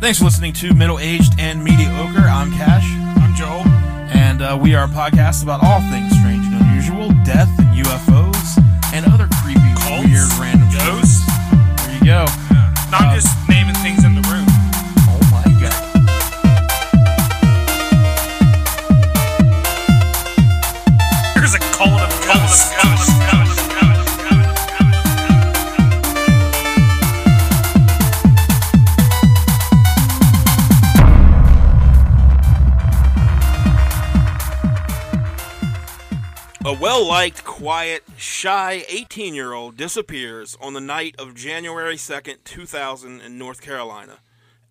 Thanks for listening to Middle Aged and Mediocre. I'm Cash. I'm Joel. And uh, we are a podcast about all things strange and unusual, death and UFOs, and other creepy, Cults, weird, random ghosts. shit. There you go. Yeah. No, Uh, I'm just naming things in the room. Oh my god. There's a cult of ghosts. A well liked, quiet, shy 18 year old disappears on the night of January 2nd, 2000, in North Carolina.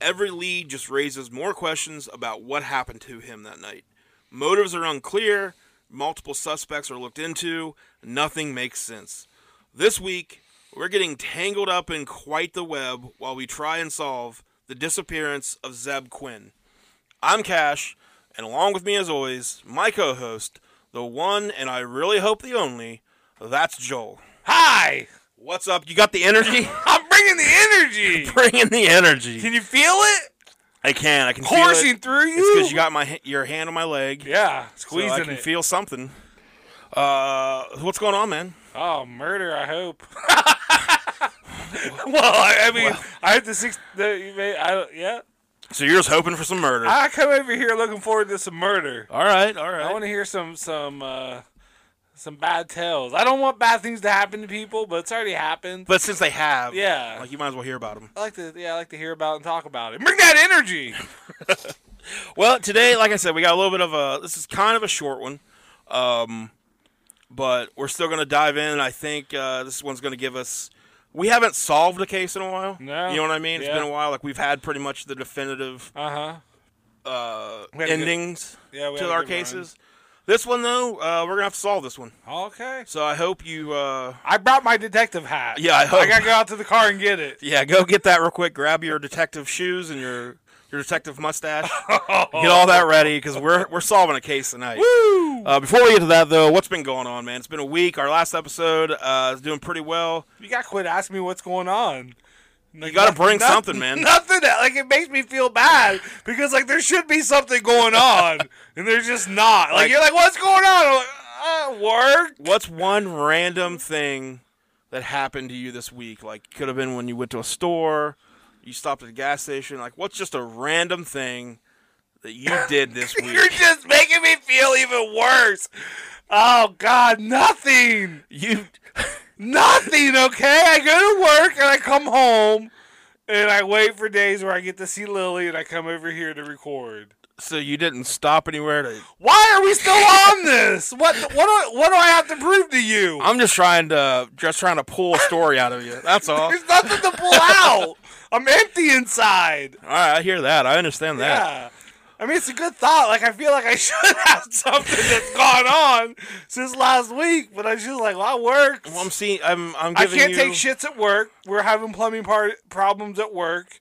Every lead just raises more questions about what happened to him that night. Motives are unclear, multiple suspects are looked into, nothing makes sense. This week, we're getting tangled up in quite the web while we try and solve the disappearance of Zeb Quinn. I'm Cash, and along with me, as always, my co host, the one and I really hope the only, that's Joel. Hi! What's up? You got the energy? I'm bringing the energy! Bring in the energy. Can you feel it? I can. I can feel it. Coursing through you? It's because you got my h- your hand on my leg. yeah, so squeezing I can it. feel something. Uh, what's going on, man? oh, murder! I hope. well, I, I mean, I have the six. The, you may, I, yeah, So you're just hoping for some murder. I come over here looking forward to some murder. all right, all I right. want to hear some some uh, some bad tales. I don't want bad things to happen to people, but it's already happened. but since they have, Yeah. like you might as well hear about them. I like to yeah, I like to hear about and talk about it. Bring that energy. Well, today, like I said, we got a little bit of a. This is kind of a short one, um, but we're still going to dive in. I think uh, this one's going to give us. We haven't solved a case in a while. No. You know what I mean? It's Yeah. been a while. Like we've had pretty much the definitive Uh huh. uh, had a good- endings Yeah, we had to a our good run. cases. This one though, uh, we're gonna have to solve this one. Okay. So I hope you. Uh, I brought my detective hat. Yeah, I hope. gotta go out to the car and get it. yeah, go get that real quick. Grab your detective shoes and your your detective mustache. get all that ready because we're we're solving a case tonight. Woo! Uh, before we get to that, though, what's been going on, man? It's been a week. Our last episode uh, is doing pretty well. You gotta quit asking me what's going on. Like, gotta nothing- bring noth- something, man. Nothing. Like it makes me feel bad because like there should be something going on, and there's just not. Like, Like- you're like, what's going on? I'm like, uh, work. What's one random thing that happened to you this week? Like, could have been when you went to a store, you stopped at a gas station. Like, what's just a random thing that you did this You're week? just making me feel even worse. Oh God, nothing. you Nothing, okay? I go to work and I come home and I wait for days where I get to see Lily and I come over here to record. so you didn't stop anywhere to. Why are we still on this? What what do, what do I have to prove to you? I'm just trying to just trying to pull a story out of you. That's all. All There's nothing to pull out. I'm empty inside. right, I hear that. I understand that. Yeah. I mean, it's a good thought. Like, I feel like I should have something that's gone on since last week, but I was just like, well, I work. Well, I'm seeing. I'm. I'm I giving can't you. take shits at work. We're having plumbing par- problems at work.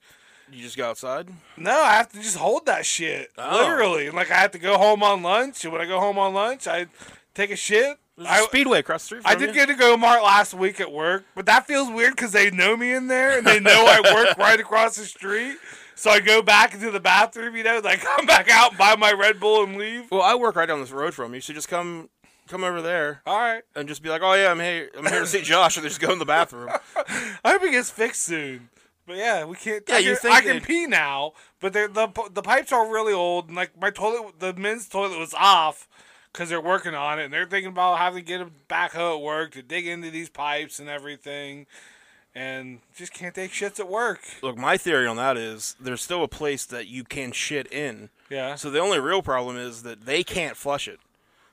You just go outside. No, I have to just hold that shit. Oh. Literally. Like I have to go home on lunch, and when I go home on lunch, I take a shit. There's a I, speedway across the street. I from did you. get to go Mart last week at work, but that feels weird because they know me in there and they know I work right across the street. So I go back into the bathroom, you know, like come back out, and buy my Red Bull, and leave. Well, I work right down this road from you, so just come come over there All right. and just be like, "Oh yeah, I'm here. I'm here to see Josh," and just go in the bathroom. I hope it gets fixed soon. But yeah, we can't. Yeah, I you can, think I can they'd- pee now, but they're- the p- the pipes are really old, and like my toilet, the men's toilet was off because they're working on it, and they're thinking about having to get a backhoe at work to dig into these pipes and everything, and just can't take shits at work. Look, my theory on that is there's still a place that you can shit in. Yeah. So the only real problem is that they can't flush it.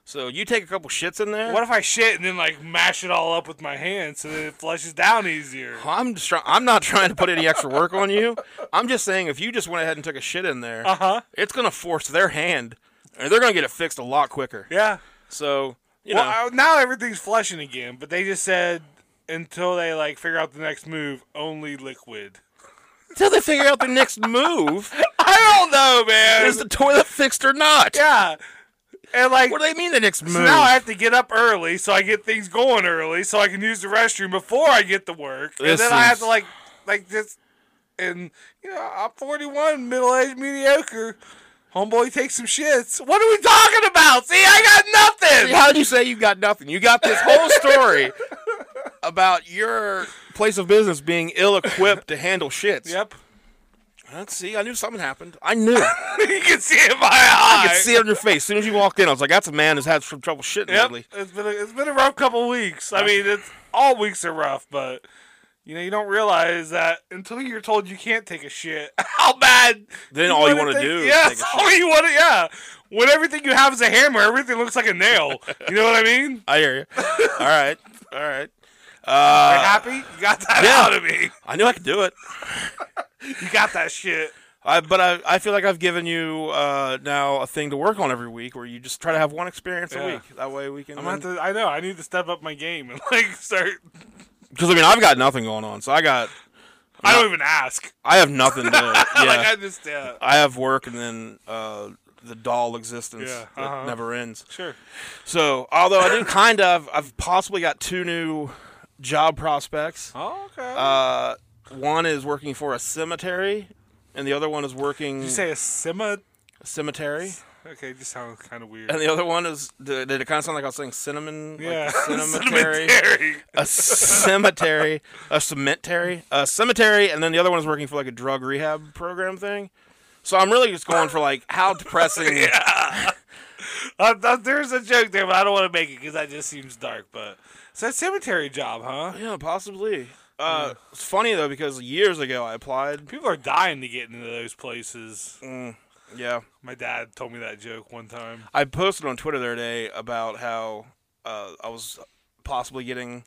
So you take a couple shits in there. What if I shit and then like mash it all up with my hands so that it flushes down easier? I'm just try- I'm not trying to put any extra work on you. I'm just saying if you just went ahead and took a shit in there, Uh huh. it's gonna force their hand, and they're gonna get it fixed a lot quicker. Yeah. So you know, Well, I- now everything's flushing again, but they just said until they like figure out the next move, only liquid. until they figure out the next move, I don't know, man. is the toilet fixed or not? yeah, and like What do they mean the next move? so now, I have to get up early so I get things going early, so I can use the restroom before I get to work, and This then I have is- to like, like just and you know I'm 41, middle aged, mediocre. Homeboy takes some shits. What are we talking about? See, I got nothing. How would you say you got nothing? You got this whole story about your place of business being ill equipped to handle shits. Yep. Let's see. I knew something happened. I knew. it. you can see it in my eye. I could see it on your face. As soon as you walked in, I was like, "That's a man who's had some trouble shitting Yep. lately." It's been a, it's been a rough couple weeks. I mean, it's all weeks are rough, but you know you don't realize that until you're told you can't take a shit. How bad? Then all you wanna wanna take- do is Yeah, take a that's all you want to. Yeah. When everything you have is a hammer, everything looks like a nail. You know what I mean? I hear you. All right. All right. Are you Uh, happy? You got that yeah. out of me. I knew I could do it. You got that shit. I, but I, I feel like I've given you uh, now a thing to work on every week, where you just try to have one experience Yeah. a week. That way we can. I'm gonna have to, I know. I need to step up my game and like start. Because I mean, I've got nothing going on, so I got I don't even ask. I have nothing to. Yeah. like I just yeah. I have work and then uh, the dull existence Yeah, uh-huh. that never ends. Sure. So, although I do kind of, I've possibly got two new job prospects. Oh, okay. Uh, one is working for a cemetery, and the other one is working Did you say a sima? a cemetery. Okay, just sounds kind of weird. And the other one is did did it kind of sound like I was saying cinnamon? Yeah, like a cemetery, Cemetery. a cemetery, a cemetery, a cemetery, and then the other one is working for like a drug rehab program thing. So I'm really just going for like how depressing. Uh, th- there's a joke there, but I don't want to make it because that just seems dark. But it's that cemetery job, huh? Yeah, possibly. Uh, It's funny though because years ago I applied. People are dying to get into those places. Mm. Yeah, My dad told me that joke one time. I posted on Twitter the other day about how uh, I was possibly getting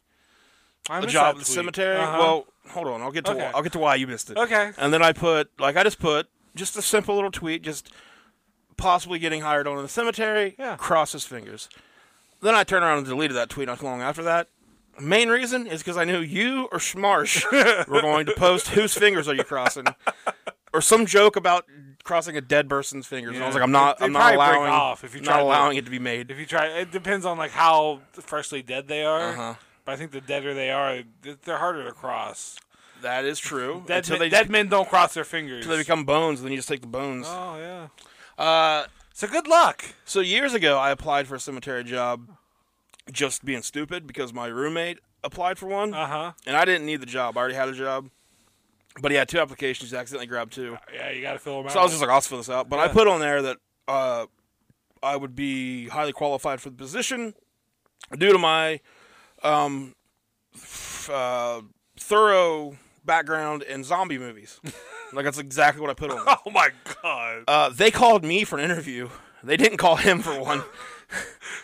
I a missed job that at the tweet. cemetery. Uh-huh. Well, hold on, I'll get to Okay. why, I'll get to why you missed it. okay. And then I put like I just put just a simple little tweet, just possibly getting hired on in the cemetery. Yeah. Cross his fingers. Then I turned around and deleted that tweet not long after that. Main reason is because I knew you or Schmarsh were going to post whose fingers are you crossing, or some joke about crossing a dead person's fingers. And I was Yeah. like, I'm not, They'd I'm not probably break allowing, off if you tried not to- allowing it to be made. If you try, it depends on like how freshly dead they are. Uh-huh. But I think the deader they are, th- they're harder to cross. That is true. Dead, until men, they dead men don't cross their fingers. until they become bones, then you just take the bones. oh yeah. Uh, So good luck. So years ago, I applied for a cemetery job, just being stupid because my roommate applied for one, Uh huh. and I didn't need the job. I already had a job, but he had two applications. He accidentally grabbed two, Yeah, you gotta fill them out. so I was just like, "I'll fill this out." But I put on there that uh, I would be highly qualified for the position due to my um, f- uh, thorough background in zombie movies. like that's exactly what I put on. there. oh my god. Uh, they called me for an interview. They didn't call him for one.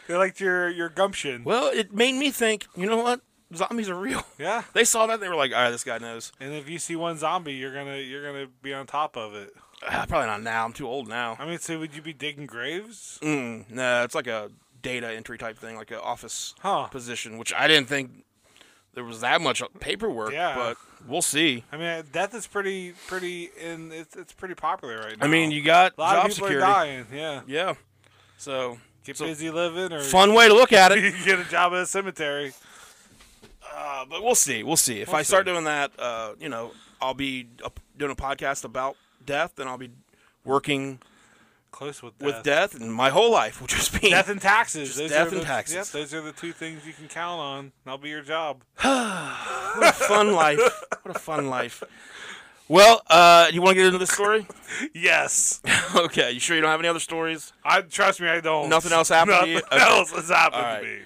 They liked your your gumption. Well, it made me think, you know what? Zombies are real. Yeah. They saw that, they were like, all right, this guy knows. And if you see one zombie, you're gonna you're gonna be on top of it. Ah, probably not now. I'm too old now. I mean, so would you be digging graves? Mm, nah, it's like a data entry type thing, like an office Huh. position, which I didn't think there was that much uh, paperwork, Yeah. but we'll see. I mean, uh, death is pretty pretty and it's it's pretty popular right now. I mean, you got a lot job of people security. are dying. Yeah, Yeah. So, get so busy living or fun way to look at it. you get a job at a cemetery. Uh, but we'll see. We'll see. If I see. start doing that, uh, you know, I'll be up doing a podcast about death, and I'll be working Close with death. with death, and my whole life will just be Death and taxes. those death are and the, taxes. Yep, those are the two things you can count on. That'll be your job. What a fun life. What a fun life. Well, uh, you want to get into this story? yes, okay. You sure you don't have any other stories? I trust me. I don't. Nothing else happened to you? Nothing Okay. else has happened All right. to me.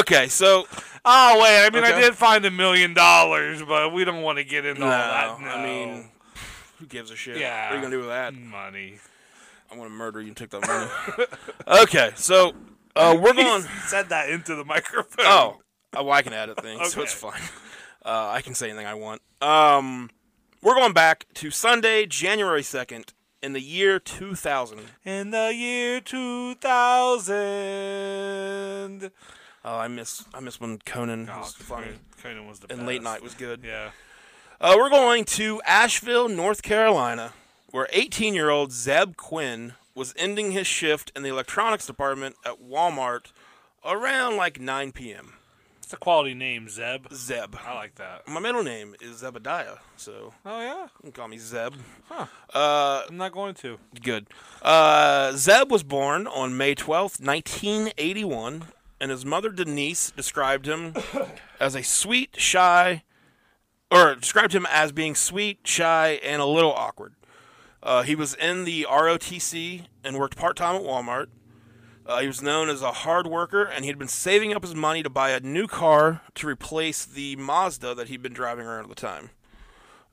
Okay. So, Oh wait, I mean, I Okay. did find a million dollars, but we don't want to get into no, all that. No. Oh, uh, I mean, who gives a shit? Yeah. What are you gonna do with that? money. I'm gonna murder you and take that money. okay. So, uh, we're going. He said that into the microphone. Oh, uh, well, I can edit things, so it's Okay. fine. Uh, I can say anything I want. Um, we're going back to Sunday, January second, in the year 2000. In the year 2000. Oh, I miss I miss when Conan was funny Conan was the and best. late night was good. Yeah. Uh, we're going to Asheville, North Carolina, where 18 year old Zeb Quinn was ending his shift in the electronics department at Walmart around like 9 p.m. It's a quality name, Zeb. Zeb. I like that. My middle name is Zebediah, so Oh yeah, you can call me Zeb. Huh. Uh, I'm not going to. good. Uh, Zeb was born on May 12th, 1981, and his mother Denise described him as a sweet, shy, or described him as being sweet, shy, and a little awkward. Uh, he was in the ROTC and worked part time at Walmart. Uh, he was known as a hard worker, and he'd been saving up his money to buy a new car to replace the Mazda that he'd been driving around at the time.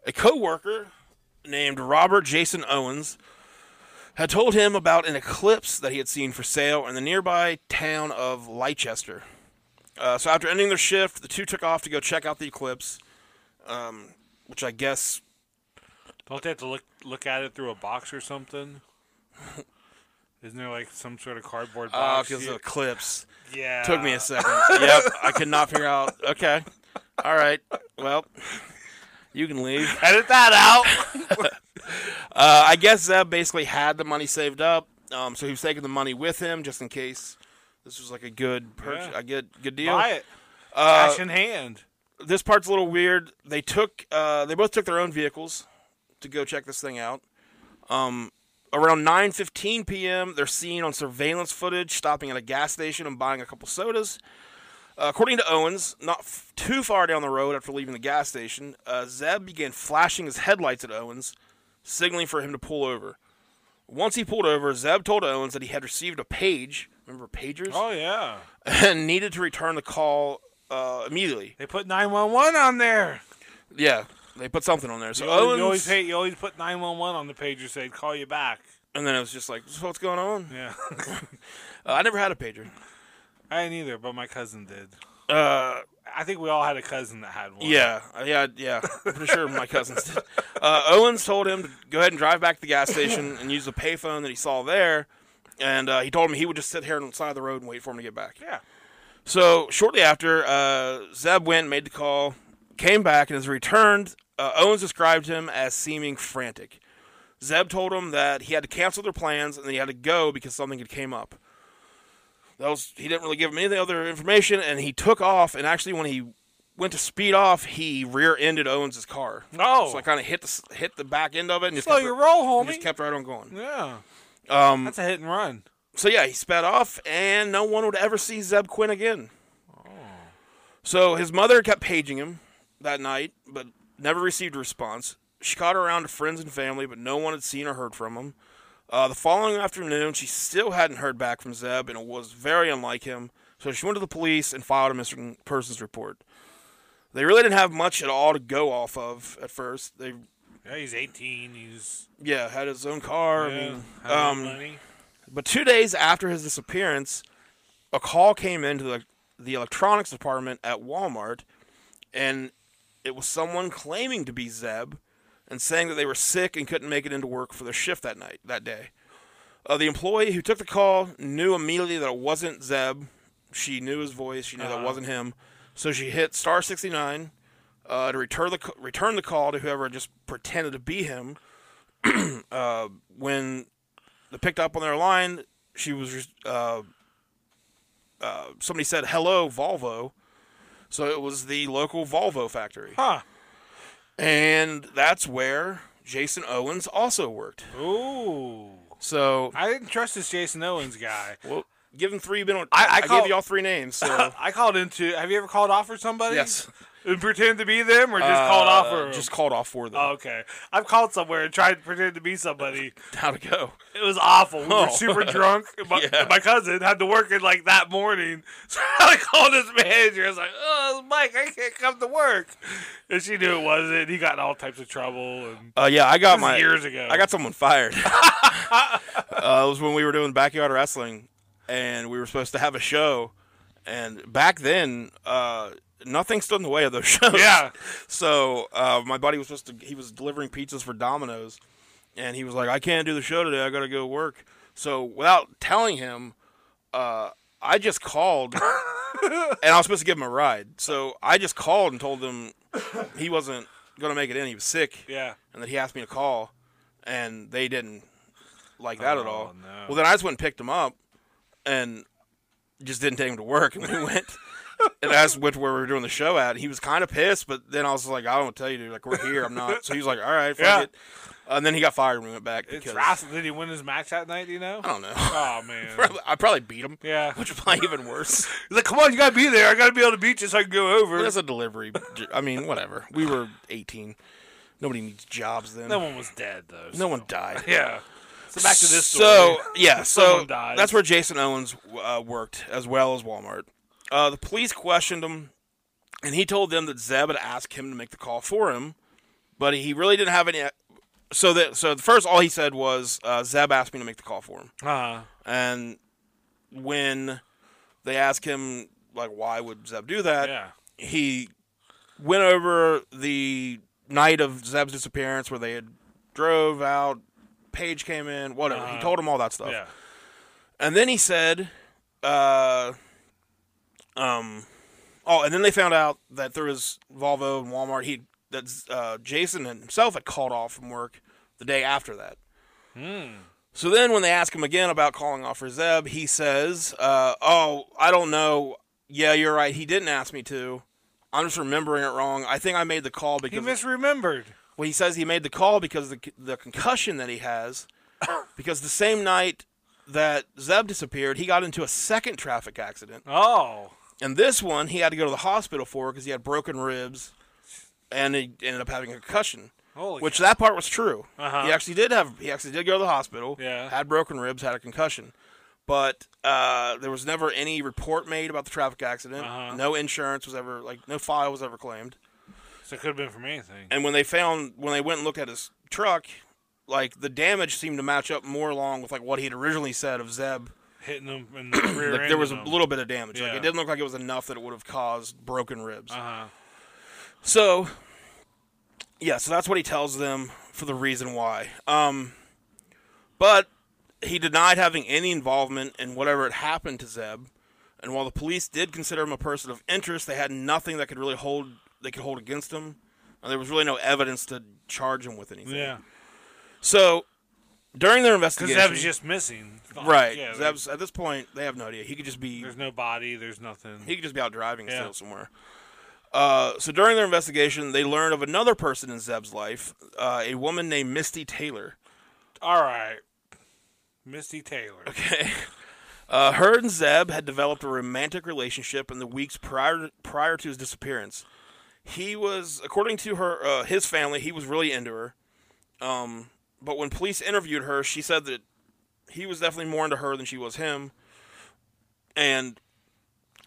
A co worker named Robert Jason Owens had told him about an eclipse that he had seen for sale in the nearby town of Leicester. Uh, so after ending their shift, the two took off to go check out the eclipse, um, which I guess Don't they have to look look at it through a box or something? Isn't there like some sort of cardboard box? because you- the uh, eclipse yeah. took me a second. Oh, Uh, yep, I could not figure out. Okay, all right. Well, you can leave. Edit that out. Uh, I guess Zeb basically had the money saved up, um, so he was taking the money with him just in case. This was like a good, purchase, Yeah. a good, good deal. Buy it. Cash in hand. this part's a little weird. They took uh, they both took their own vehicles to go check this thing out. Um, around 9:15 p.m., they're seen on surveillance footage stopping at a gas station and buying a couple sodas. Uh, according to Owens, not f- too far down the road after leaving the gas station, uh, Zeb began flashing his headlights at Owens, signaling for him to pull over. Once he pulled over, Zeb told Owens that he had received a page. Remember pagers? Oh yeah. and needed to return the call uh, immediately. They put nine one one on there. Yeah, they put something on there. So You always, Owens, you always hate. You always put nine one one on the pager saying call you back. and then I was just like, "So "What's going on?" Yeah. Uh, I never had a pager. I didn't either, but my cousin did. Uh, I think we all had a cousin that had one. yeah, uh, yeah, yeah. I'm pretty sure my cousins did. Uh, Owens told him to go ahead and drive back to the gas station and use the payphone that he saw there, and uh, he told him he would just sit here on the side of the road and wait for him to get back. Yeah. So shortly after, uh, Zeb went, made the call, came back, and has returned. Uh, Owens described him as seeming frantic. Zeb told him that he had to cancel their plans and that he had to go because something had came up. That was he didn't really give him any other information, and he took off. And actually, when he went to speed off, he rear-ended Owens' car. Oh. so I kind of hit the s- hit the back end of it and just Slow kept your r- roll, and homie. just kept right on going. yeah. Um, That's a hit and run. so yeah, he sped off, and no one would ever see Zeb Quinn again. So his mother kept paging him that night, but never received a response. She caught around to friends and family, but no one had seen or heard from him. Uh, the following afternoon, she still hadn't heard back from Zeb, and it was very unlike him. So she went to the police and filed a missing persons report. They really didn't have much at all to go off of at first. They, Yeah, he's 18. He's yeah, had his own car. I yeah, mean, um, had no money. but two days after his disappearance, a call came into the, the electronics department at Walmart, and it was someone claiming to be Zeb and saying that they were sick and couldn't make it into work for their shift that night, that day. Uh, the employee who took the call knew immediately that it wasn't Zeb. She knew his voice. She knew that Uh-huh. wasn't him. So she hit star sixty nine uh, to return the c- return the call to whoever just pretended to be him. uh, when they picked up on their line, she was uh, uh, somebody said hello Volvo, so it was the local Volvo factory, Huh. and that's where Jason Owens also worked. Ooh. So I didn't trust this Jason Owens guy. well, give them three. Been on, I- I I, call- gave y'all three names. So I called into. Have you ever called off for somebody? yes, And pretend to be them, or just Uh, called off for just called off for them. Oh, okay. I've called somewhere and tried to pretend to be somebody. How to go? It was awful. We were Oh. super drunk. and My, Yeah. and my cousin had to work in like that morning, so I called his manager. I was like, "Oh, Mike, I can't come to work," and she knew it wasn't. He got in all types of trouble. And Uh, yeah, I got This is my years ago. I got someone fired. uh, it was when we were doing backyard wrestling, and we were supposed to have a show. And back then, uh, nothing stood in the way of those shows. yeah, So uh, my buddy was supposed to. He was delivering pizzas for Domino's, and he was like, "I can't do the show today. I gotta go work." So without telling him, uh, I just called, and I was supposed to give him a ride. So I just called and told him he wasn't gonna make it in. He was sick yeah. and that he asked me to call, and they didn't like that at Oh, all. no. Well, then I just went and picked him up, and just didn't take him to work, and we went. and that's which where we were doing the show at. And he was kind of pissed, but then I was like, I don't tell you, dude. Like we're here. I'm not. So he was like, all right, fuck Yeah. it. And then he got fired when we went back It's because wrestling. Did he win his match that night? Do you know? I don't know. Oh man. I probably beat him, Yeah. which is probably even worse. He's like, come on, you gotta be there. I gotta be able to beat you so I can go over. That's a delivery. I mean, whatever. We were 18. Nobody needs jobs then. no one was dead though. no one died. Yeah. So back to this story. So yeah, so Someone dies. that's where Jason Owens uh, worked as well as Walmart. Uh, the police questioned him, and he told them that Zeb had asked him to make the call for him, but he really didn't have any. So that so at first all he said was uh, Zeb asked me to make the call for him, uh, and when they asked him like why would Zeb do that, yeah. he went over the night of Zeb's disappearance where they had drove out, Paige came in, whatever. He told him all that stuff. Yeah. And then he said, uh, um, oh, and then they found out that through his Volvo and Walmart, he that uh, Jason himself had called off from work the day after that. So then, when they ask him again about calling off for Zeb, he says, uh, "Oh, I don't know. Yeah, you're right. He didn't ask me to. I'm just remembering it wrong. I think I made the call He because misremembered. well, he says he made the call because the the concussion that he has, because the same night that Zeb disappeared, he got into a second traffic accident, Oh. and this one he had to go to the hospital for because he had broken ribs, and he ended up having a concussion. Holy which that part was true. Uh-huh. He actually did have he actually did go to the hospital. Yeah. had broken ribs, had a concussion, but uh, there was never any report made about the traffic accident. Uh-huh. No insurance was ever like no file was ever claimed. So it could have been from anything. And when they found when they went and looked at his truck, like the damage seemed to match up more along with like what he had originally said of Zeb. Hitting them in the rear Like end. there was a little bit of damage. Like Yeah. it didn't look like it was enough that it would have caused broken ribs. Uh-huh. So yeah, so that's what he tells them for the reason why. Um but he denied having any involvement in whatever had happened to Zeb. And while the police did consider him a person of interest, they had nothing that could really hold they could hold against him. And there was really no evidence to charge him with anything. Yeah. So during their Because investigation, Zeb's just missing. Fuck, right. Yeah, there- Zeb's, at this point, they have no idea. He could just be there's no body. There's nothing. he could just be out driving Yeah. still somewhere. Uh, so during their investigation, they learned of another person in Zeb's life, uh, a woman named Misty Taylor. All right. Misty Taylor. Okay. Uh, her and Zeb had developed a romantic relationship in the weeks prior prior to his disappearance. He was, according to her, uh, his family, he was really into her. Um, but when police interviewed her, she said that he was definitely more into her than she was him. And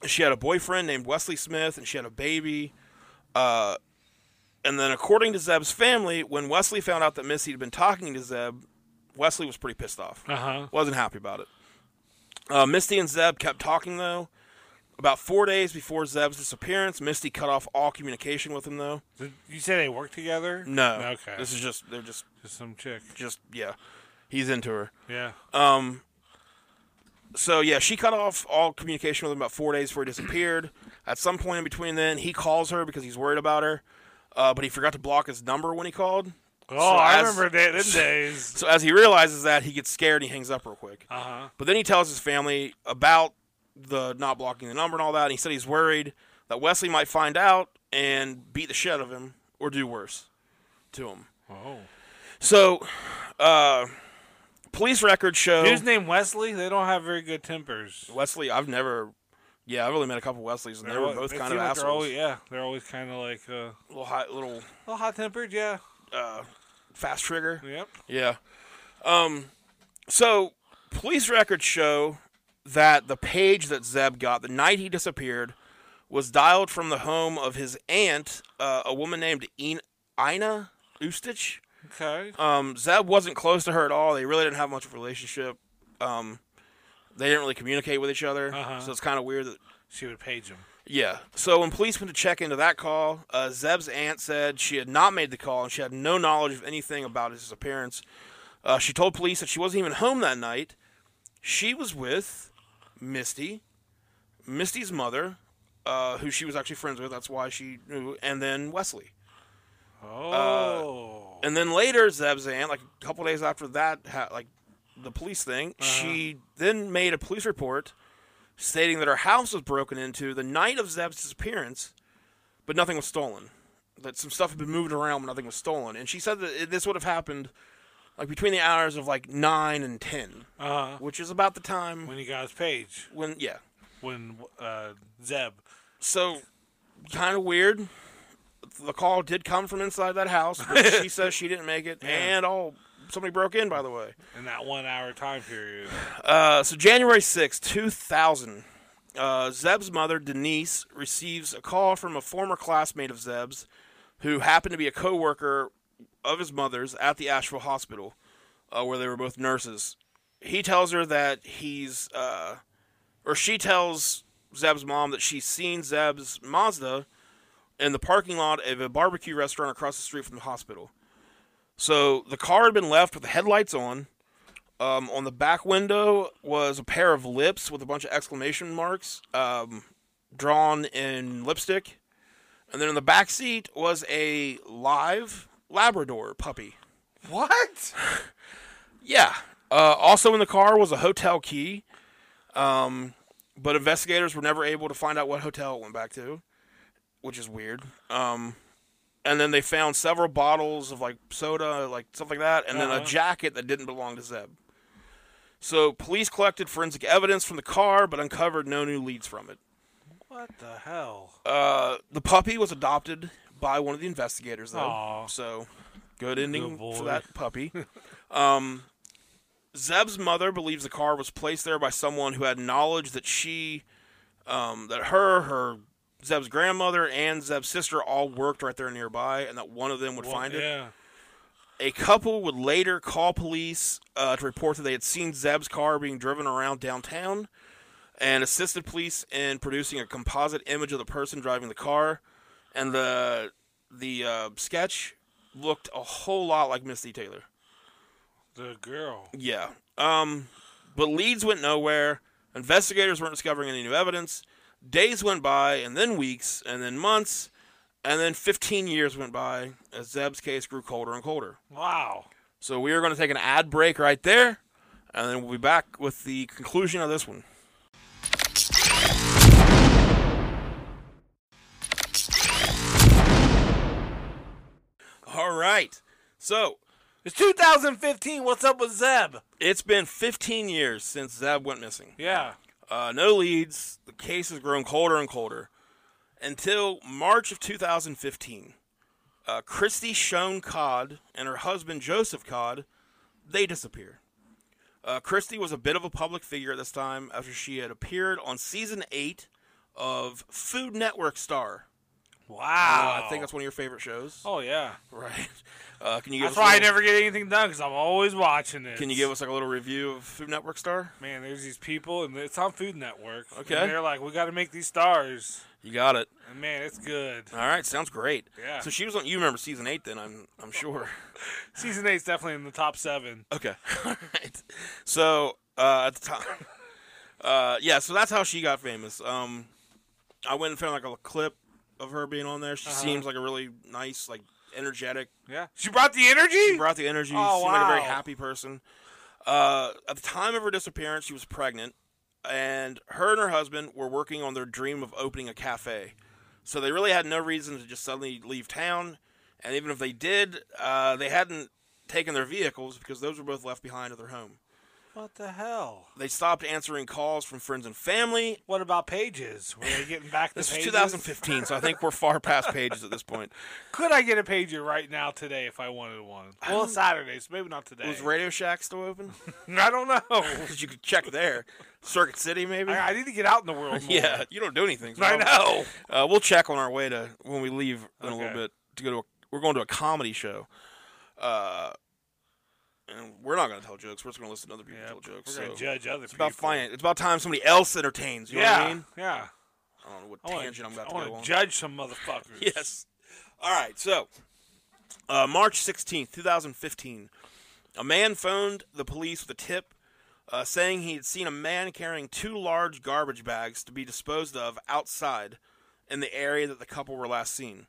she had a boyfriend named Wesley Smith, and she had a baby. Uh, and then, according to Zeb's family, when Wesley found out that Missy had been talking to Zeb, Wesley was pretty pissed off Uh-huh. wasn't happy about it. Uh, Misty and Zeb kept talking though. About four days before Zeb's disappearance, Misty cut off all communication with him though. Did you say they work together? No, Okay. this is just they're just just some chick. just yeah, he's into her. Yeah. Um, so yeah, she cut off all communication with him about four days before he disappeared. At some point in between, then he calls her because he's worried about her, uh, but he forgot to block his number when he called. Oh, so I as- remember that them days. So as he realizes that, he gets scared and he hangs up real quick. Uh-huh. But then he tells his family about the not blocking the number and all that. And he said he's worried that Wesley might find out and beat the shit out of him or do worse to him. Oh. So, uh, police records show Dude's named Wesley. They don't have very good tempers. Wesley. I've never, yeah, I've only met a couple Wesleys, and they were al- both it kind seems of like assholes. they're always, yeah, they're always kind of like uh, Little hot, little a little hot tempered. Yeah. uh, fast trigger. Yep. Yeah. Um, so police records show that the page that Zeb got the night he disappeared was dialed from the home of his aunt, uh, a woman named Een- Ina Ustich. Okay. Um, Zeb wasn't close to her at all. They really didn't have much of a relationship. Um, they didn't really communicate with each other, Uh-huh. so it's kind of weird that She would page him. yeah. So when police went to check into that call, uh, Zeb's aunt said she had not made the call and she had no knowledge of anything about his appearance. Uh, she told police that she wasn't even home that night. She was with Misty, Misty's mother, uh, who she was actually friends with. That's why she knew, and then Wesley. Oh. And then later, Zeb's aunt, like a couple days after that, ha- like the police thing, she then made a police report stating that her house was broken into the night of Zeb's disappearance, but nothing was stolen. That some stuff had been moved around, but nothing was stolen. And she said that it- this would have happened like between the hours of like nine and ten, Uh, which is about the time when he got his page, when yeah. when uh, Zeb. So kind of weird. The call did come from inside that house, but she says she didn't make it, and oh, somebody broke in. By the way. in that one hour time period. Uh, so January sixth, two 2000, uh, Zeb's mother, Denise, receives a call from a former classmate of Zeb's who happened to be a coworker of his mother's at the Asheville Hospital, uh, where they were both nurses. He tells her that he's, uh, or she tells Zeb's mom that she's seen Zeb's Mazda in the parking lot of a barbecue restaurant across the street from the hospital. So the car had been left with the headlights on. Um, on the back window was a pair of lips with a bunch of exclamation marks um, drawn in lipstick. And then in the back seat was a live Labrador puppy. What? Yeah. Uh, also in the car was a hotel key, um, but investigators were never able to find out what hotel it went back to, which is weird. Um, and then they found several bottles of like soda, like stuff like that, and then Uh-huh. a jacket that didn't belong to Zeb. So police collected forensic evidence from the car, but uncovered no new leads from it. What the hell? Uh, the puppy was adopted by one of the investigators, though. Aw. So, good ending Good boy. for that puppy. um, Zeb's mother believes the car was placed there by someone who had knowledge that she, um, that her, her Zeb's grandmother, and Zeb's sister all worked right there nearby, and that one of them would find it. yeah. A couple would later call police uh, to report that they had seen Zeb's car being driven around downtown and assisted police in producing a composite image of the person driving the car. And the the uh, sketch looked a whole lot like Misty Taylor. The girl. Yeah. Um, but leads went nowhere. Investigators weren't discovering any new evidence. Days went by, and then weeks, and then months, and then 15 years went by as Zeb's case grew colder and colder. Wow. So we are going to take an ad break right there, and then we'll be back with the conclusion of this one. All right. So It's 2015. What's up with Zeb? it's been 15 years since Zeb went missing. Yeah. Uh, no leads. The case has grown colder and colder until March of 2015. Uh, Christy Shone Codd and her husband Joseph Codd they disappear. Uh, Christy was a bit of a public figure at this time after she had appeared on season eight of Food Network Star. Uh, Wow. I think that's one of your favorite shows, Oh yeah. right? Uh, can you give us That's a why I little- never get anything done because I'm always watching it. Can you give us like a little review of Food Network Star? Man, there's these people, and it's on Food Network. Okay. And they're like, we got to make these stars, You got it. and man, it's good. All right, sounds great. Yeah. So she was on. You remember season eight? Then I'm I'm sure. Season eight's definitely in the top seven. Okay. All right. So uh, at the time, uh, yeah. So that's how she got famous. Um, I went and found like a clip of her being on there. Uh-huh. She seems like a really nice, like energetic. Yeah. She brought the energy. She brought the energy. Oh, seemed like a very wow. happy person. Uh, at the time of her disappearance, she was pregnant, and her and her husband were working on their dream of opening a cafe. So they really had no reason to just suddenly leave town. And even if they did, uh, they hadn't taken their vehicles because those were both left behind at their home. what the hell? They stopped answering calls from friends and family. What about pages? Were they getting back the This was pages? 2015, so I think we're far past pages at this point. Could I get a pager right now today if I wanted one? Well, it's Saturday, so maybe not today. Was Radio Shack still open? I don't know. Because you could check there. Circuit City, maybe? I, I need to get out in the world more. Yeah, you don't do anything. so I don't- know. Uh, we'll check on our way to when we leave in a little Okay. bit to go to. A, we're going to a comedy show, uh, and we're not going to tell jokes. We're just going to listen to other people Yeah, tell jokes. we're gonna so judge other it's people. about finding. It's about time somebody else entertains. You yeah, know what I mean? yeah. I don't know what I wanna- tangent I'm about I to wanna go on. judge some motherfuckers. Yes. All right. So, uh, March 16th, 2015, a man phoned the police with a tip uh, saying he had seen a man carrying two large garbage bags to be disposed of outside in the area that the couple were last seen.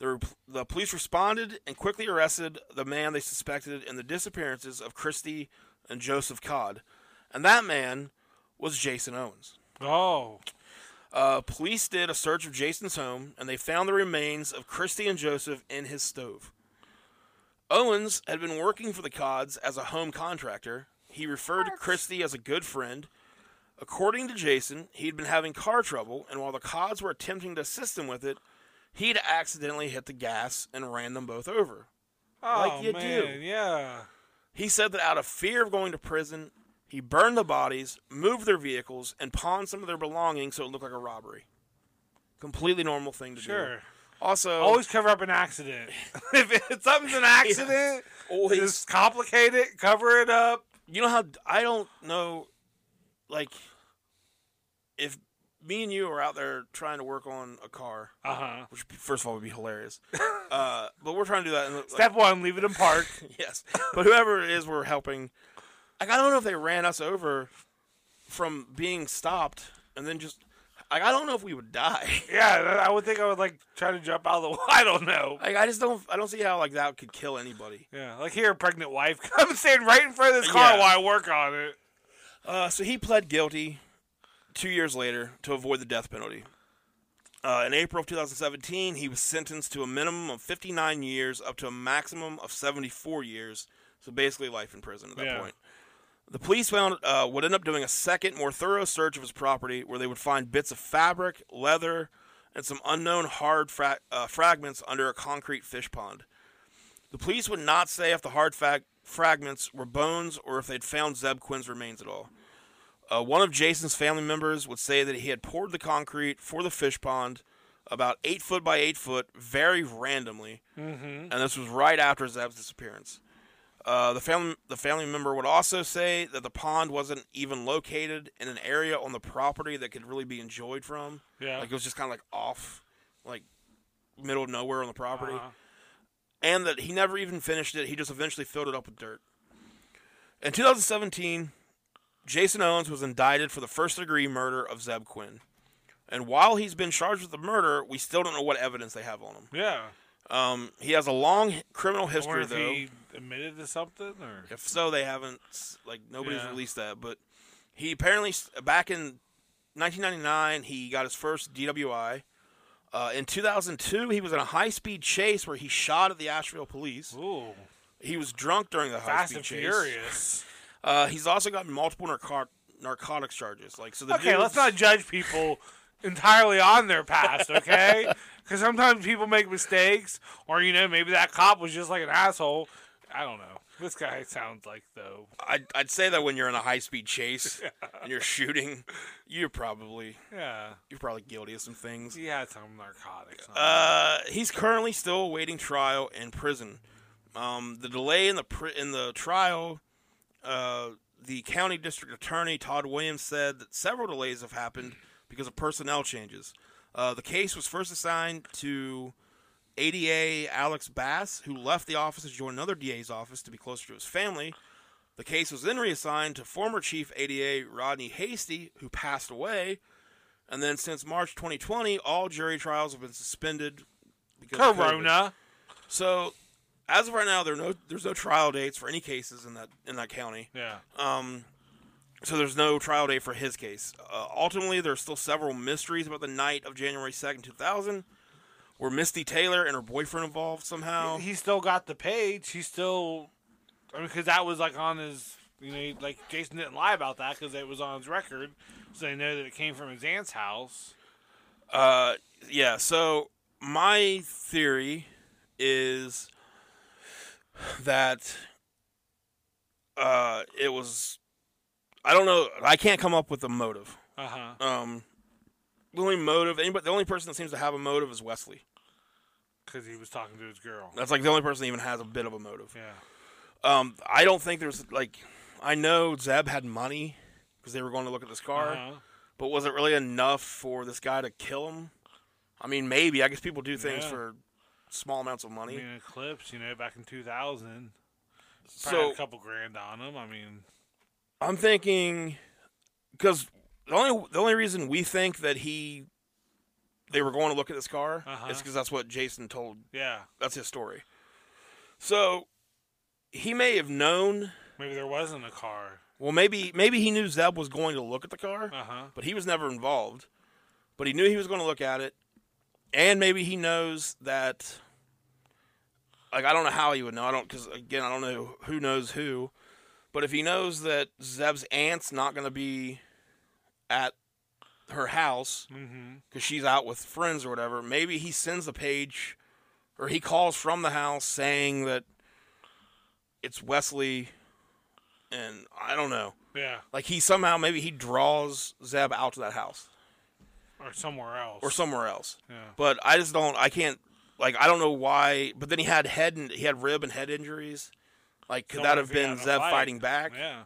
The, rep- the police responded and quickly arrested the man they suspected in the disappearances of Christie and Joseph Codd. And that man was Jason Owens. Oh. Uh, police did a search of Jason's home and they found the remains of Christy and Joseph in his stove. Owens had been working for the Cods as a home contractor. He referred to Christy as a good friend. According to Jason, he'd been having car trouble, and while the Cods were attempting to assist him with it, he'd accidentally hit the gas and ran them both over. Oh, Like you do. man, Yeah. He said that out of fear of going to prison, he burned the bodies, moved their vehicles, and pawned some of their belongings so it looked like a robbery. Completely normal thing to do. Sure. Also, Always cover up an accident. if it- something's an accident, always- just complicate it, cover it up. you know how I don't know, like, if me and you are out there trying to work on a car, Uh huh. which first of all would be hilarious, uh, but we're trying to do that. In, the- like, Step one, leave it in park. yes, but whoever it is we're helping, like, I don't know if they ran us over from being stopped and then just, like, I don't know if we would die. yeah, th- I would think I would like try to jump out of the. wa- I don't know. Like, I just don't, I don't see how like that could kill anybody. Yeah, like here, pregnant wife. I'm standing right in front of this car Yeah. while I work on it. Uh, so he pled guilty two years later to avoid the death penalty. Uh, in April of 2017, he was sentenced to a minimum of 59 years up to a maximum of 74 years. So basically, life in prison at that Yeah. point. The police found uh, would end up doing a second, more thorough search of his property, where they would find bits of fabric, leather, and some unknown hard fra- uh, fragments under a concrete fish pond. The police would not say if the hard fag- fragments were bones or if they'd found Zeb Quinn's remains at all. Uh, one of Jason's family members would say that he had poured the concrete for the fish pond about eight foot by eight foot, very randomly, mm-hmm. and this was right after Zeb's disappearance. Uh, the family the family member would also say that the pond wasn't even located in an area on the property that could really be enjoyed from. Yeah. like it was just kind of like off, like middle of nowhere on the property Uh-huh. and that he never even finished it. He just eventually filled it up with dirt. In 2017, Jason Owens was indicted for the first degree murder of Zeb Quinn. And while he's been charged with the murder, we still don't know what evidence they have on him. Yeah. Um, he has a long h- criminal I wonder history, if though. he admitted to something or. If so, they haven't s- like nobody's Yeah. released that. But he apparently s- back in 1999 he got his first DWI. Uh, in 2002, he was in a high-speed chase where he shot at the Asheville police. Ooh, He was drunk during the high fast speed and chase. furious. Uh, he's also got multiple narco- narcotics charges. Like so, the Okay, let's dude's- not judge people entirely on their past, okay? Because sometimes people make mistakes, or you know, maybe that cop was just like an asshole. I don't know. This guy sounds like though. I'd, I'd say that when you're in a high speed chase and you're shooting, you're probably Yeah, you're probably guilty of some things. he had some narcotics. on him. Uh, he's currently still awaiting trial in prison. Um, the delay in the pr- in the trial, uh, the county district attorney Todd Williams said that several delays have happened because of personnel changes. Uh, the case was first assigned to ADA Alex Bass, who left the office to join another DA's office to be closer to his family. The case was then reassigned to former Chief ADA Rodney Hasty, who passed away. And then since March 2020, all jury trials have been suspended because of COVID. Corona. So, as of right now, there are no there's no trial dates for any cases in that in that county. Yeah. Um, So there's no trial date for his case. Uh, ultimately, there are still several mysteries about the night of January second, two thousand. Were Misty Taylor and her boyfriend involved somehow? he still got the page. He still, I mean, because that was like on his, you know, he- like Jason didn't lie about that because it was on his record, so they know that it came from his aunt's house. Uh, yeah. So my theory is that uh, it was. I don't know. I can't come up with a motive. Uh huh. Um, the only motive, anybody, the only person that seems to have a motive is Wesley. Because he was talking to his girl. That's like the only person that even has a bit of a motive. Yeah. Um, I don't think there's like, I know Zeb had money because they were going to look at this car, Uh-huh. but was it really enough for this guy to kill him? I mean, maybe. I guess people do things Yeah. for small amounts of I money. mean, Eclipse, you know, back in 2000, probably had so a couple grand on him. I mean, I'm thinking because the only the only reason we think that he they were going to look at this car Uh-huh. is because that's what Jason told yeah. That's his story. So he may have known Maybe there wasn't a car. Well, maybe maybe he knew Zeb was going to look at the car, Uh huh. but he was never involved. But he knew he was going to look at it, and maybe he knows that. Like I don't know how he would know. I don't because again I don't know who knows who, but if he knows that Zeb's aunt's not going to be at her house Mm-hmm. because she's out with friends or whatever, maybe he sends the page, or he calls from the house saying that it's Wesley, and I don't know. Yeah. Like he somehow maybe he draws Zeb out to that house Or somewhere else. or somewhere else. Yeah. But I just don't. I can't. Like I don't know why. But then he had head and he had rib and head injuries. Like could that Someone have if he been had a Zeb fight. fighting back? Yeah.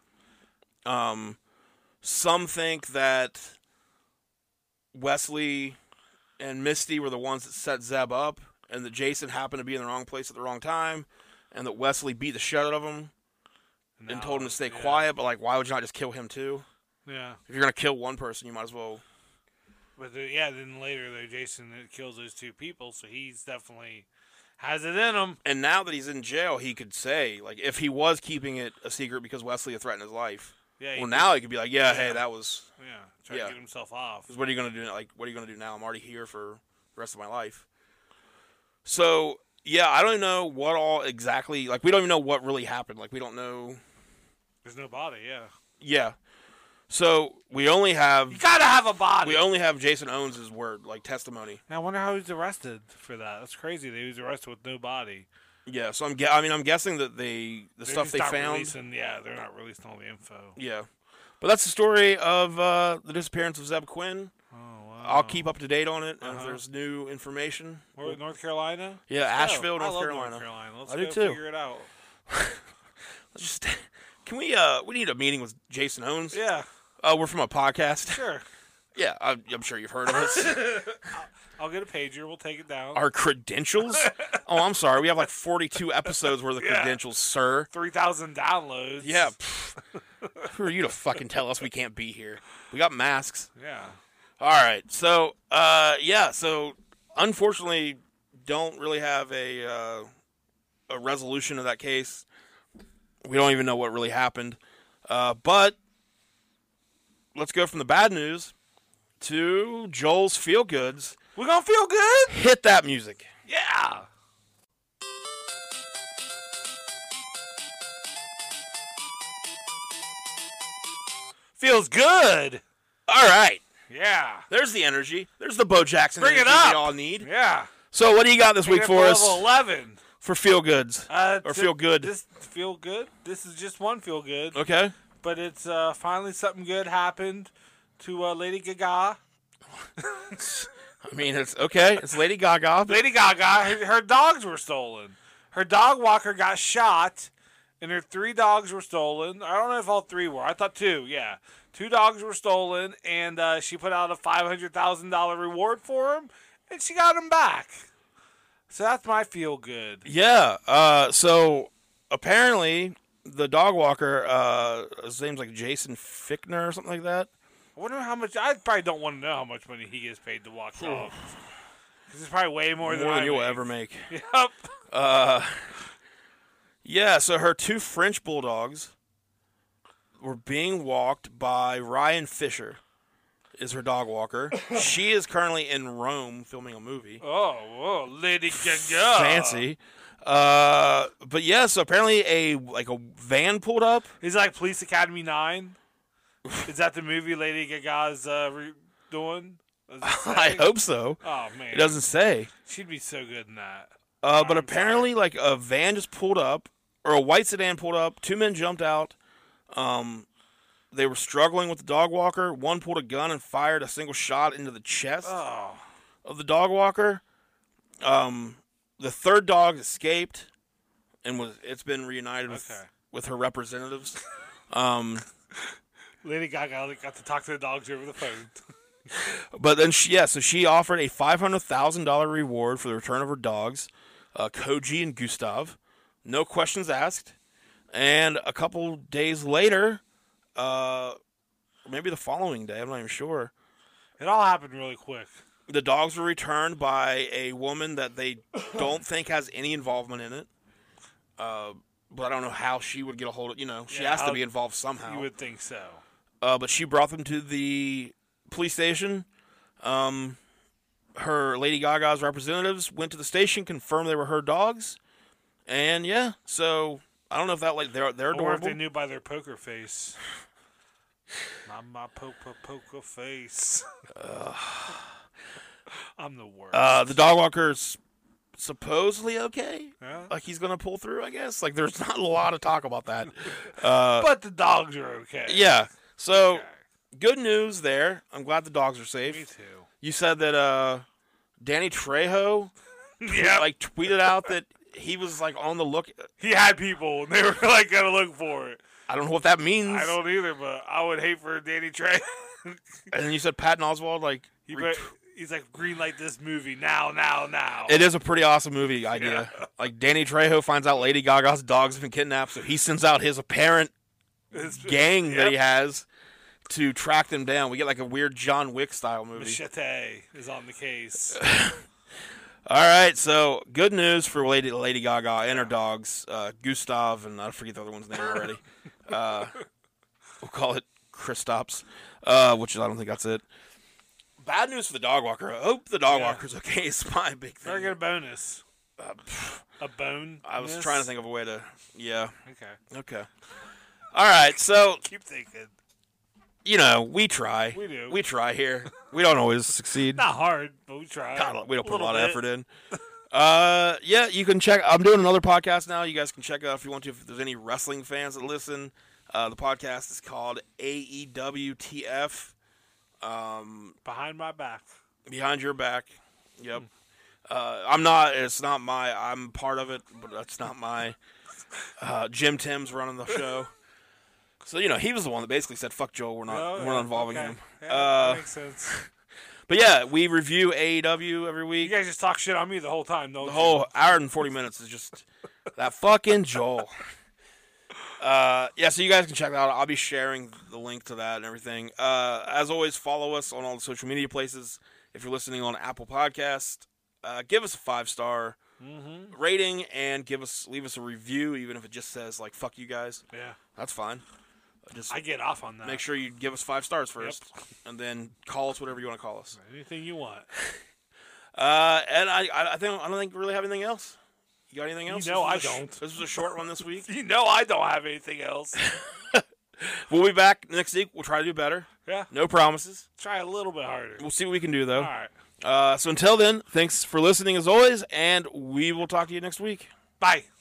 Um, some think that Wesley and Misty were the ones that set Zeb up, and that Jason happened to be in the wrong place at the wrong time, and that Wesley beat the shit out of him and told him to stay yeah. quiet. But like, why would you not just kill him too? Yeah. If you're gonna kill one person, you might as well. But the, yeah, then later though, Jason kills those two people, so he's definitely has it in him. And now that he's in jail, he could say like, if he was keeping it a secret because Wesley had threatened his life. Yeah. he Well, now he could be like, yeah, Yeah. hey, that was. did- Yeah. Try yeah. to get himself off. 'cause What are you gonna do? now? Like, what are you gonna do now? I'm already here for the rest of my life. So yeah, I don't know what all exactly. Like, we don't even know what really happened. Like, we don't know. There's no body. Yeah. Yeah. So we only have You gotta have a body. we only have Jason Owens' word, like testimony. now I wonder how he's arrested for that. That's crazy. That he was arrested with no body. Yeah. So I'm. Gu- I mean, I'm guessing that they the They're stuff just they not found. Releasing, yeah, they're not releasing all the info. Yeah. But that's the story of uh, the disappearance of Zeb Quinn. Oh wow. I'll keep up to date on it. And if Uh-huh. there's new information, Where was it, North Carolina. yeah, Asheville, Oh, I North, love Carolina. North Carolina. Let's I do go too. figure it out. Let's Just can we? Uh, we need a meeting with Jason Owens. Yeah. Uh, we're from a podcast. Sure. yeah, I'm, I'm sure you've heard of us. I'll get a pager. We'll take it down. Our credentials. Oh, I'm sorry. We have like 42 episodes worth of Yeah. credentials, sir. Three thousand downloads. Yeah. pff. Who are you to fucking tell us we can't be here? We got masks. Yeah. All right. So, uh, yeah. So, unfortunately, don't really have a uh, a resolution of that case. We don't even know what really happened. Uh, but let's go from the bad news to Joel's feel goods. We're gonna feel good. Hit that music. Yeah. Feels good. All right. Yeah. There's the energy. There's the Bo Jackson Bring it energy we up. all need. Yeah. So, what do you got this week Get for to us Level eleven. for feel goods? Uh, Or t- feel good. This feel good. This is just one feel good, Okay. but it's uh, finally something good happened to uh, Lady Gaga. I mean, it's okay. It's Lady Gaga. but- Lady Gaga, her, her dogs were stolen. Her dog walker got shot, and her three dogs were stolen. I don't know if all three were. I thought two. Yeah, two dogs were stolen, and uh, she put out a five hundred thousand dollar reward for them, and she got them back. So that's my feel good. yeah. Uh, so apparently, the dog walker, uh, his name's like Jason Fickner or something like that. I wonder how much. I probably don't want to know how much money he gets paid to walk dogs. Because it's probably way more, More than, than I you'll make. ever make. Yep. Yeah. So her two French bulldogs were being walked by Ryan Fisher, is her dog walker. she is currently in Rome filming a movie. Oh, whoa, Lady Gaga. Fancy. Uh, but yeah. So apparently, a like a van pulled up. Is it like Police Academy 9? Is that the movie Lady Gaga's uh, re- doing? Does it I say? hope so. Oh, It man. doesn't say. She'd be so good in that. Uh, but I'm apparently, like a van just pulled up, or a white sedan pulled up. Two men jumped out. Um, they were struggling with the dog walker. One pulled a gun and fired a single shot into the chest Oh. of the dog walker. Um, the third dog escaped, and was it's been reunited with Okay. with her representatives. um, Lady Gaga got to talk to the dogs over the phone. but then she, yeah, so she offered a five hundred thousand dollar reward for the return of her dogs, uh, Koji and Gustav, no questions asked. And a couple days later, uh, maybe the following day, I'm not even sure. It all happened really quick. The dogs were returned by a woman that they don't think has any involvement in it. Uh, but I don't know how she would get a hold of. You know, she Yeah, has to how- be involved somehow. You would think so. uh, but she brought them to the police station. Um, her Lady Gaga's representatives went to the station, confirmed they were her dogs, and yeah. So I don't know if that like they're they're Or if adorable. they knew by their poker face. Not my poker poker face. I'm the worst. uh, the dog walker's supposedly okay. Yeah. Like he's gonna pull through, I guess. Like there's not a lot of talk about that. Uh, but the dogs are okay. yeah. So Okay. good news there. I'm glad the dogs are Me safe. too. You said that uh, Danny Trejo Yeah. like tweeted out that he was like on the look. he had people and they were like gonna look for it. I don't know what that means. I don't either, but I would hate for Danny Trey. And then you said Patton Oswald. Like he bet, he's like green light this movie now, now, now. it is a pretty awesome movie idea. Like Danny Trejo finds out Lady Gaga's dog's been kidnapped, so he sends out his apparent It's- gang that he Yep. has to track them down. We get like a weird John Wick style movie. Machete is on the case. All right, so good news for Lady Lady Gaga and her dogs, uh, Gustav and I forget the other one's name already. uh, we'll call it Kristaps, uh, which I don't think that's it. Bad news for the dog walker. I hope the dog Yeah. walker's okay. It's my big thing. They're gonna bonus. a bone. Uh, I was trying to think of a way to. Yeah. Okay, Okay. All right. So keep thinking. you know we try. We do. We try here. We don't always succeed. Not hard, but we try. God, we don't put a little lot of bit. effort in. Uh, yeah, you can check. I'm doing another podcast now. You guys can check out if you want to. If there's any wrestling fans that listen, uh, the podcast is called E AEWTF behind my back. Behind Your Back. Hmm. Yep. Uh, I'm not. It's not my. I'm part of it, but that's not my. Uh, Jim Tim's running the show. So you know he was the one that basically said, "Fuck Joel, we're not, Oh, Uh, we're yeah, not involving okay. him." Yeah, Uh, that makes sense. But yeah, we review AEW every week. You guys just talk shit on me the whole time, don't The whole hour and 40 minutes is just that fucking Joel. Uh, yeah, so you guys can check that out. I'll be sharing the link to that and everything. Uh, as always, follow us on all the social media places. If you're listening on Apple Podcast, uh, give us a five star rating and give us leave us a review, even if it just says like "fuck you guys." you? Yeah, That's fine. Just I get off on that. make sure you give us five stars first, and then call us whatever you want to call us. anything you want. Uh, and I, I I think I don't think we really have anything else. You got anything else? know This I was a sh- don't. This was a short one this week. You know I don't have anything else. We'll be back next week. We'll try to do better. yeah, No promises. try a little bit harder. We'll see what we can do though. All right, Uh, so until then, thanks for listening as always, and we will talk to you next week. bye.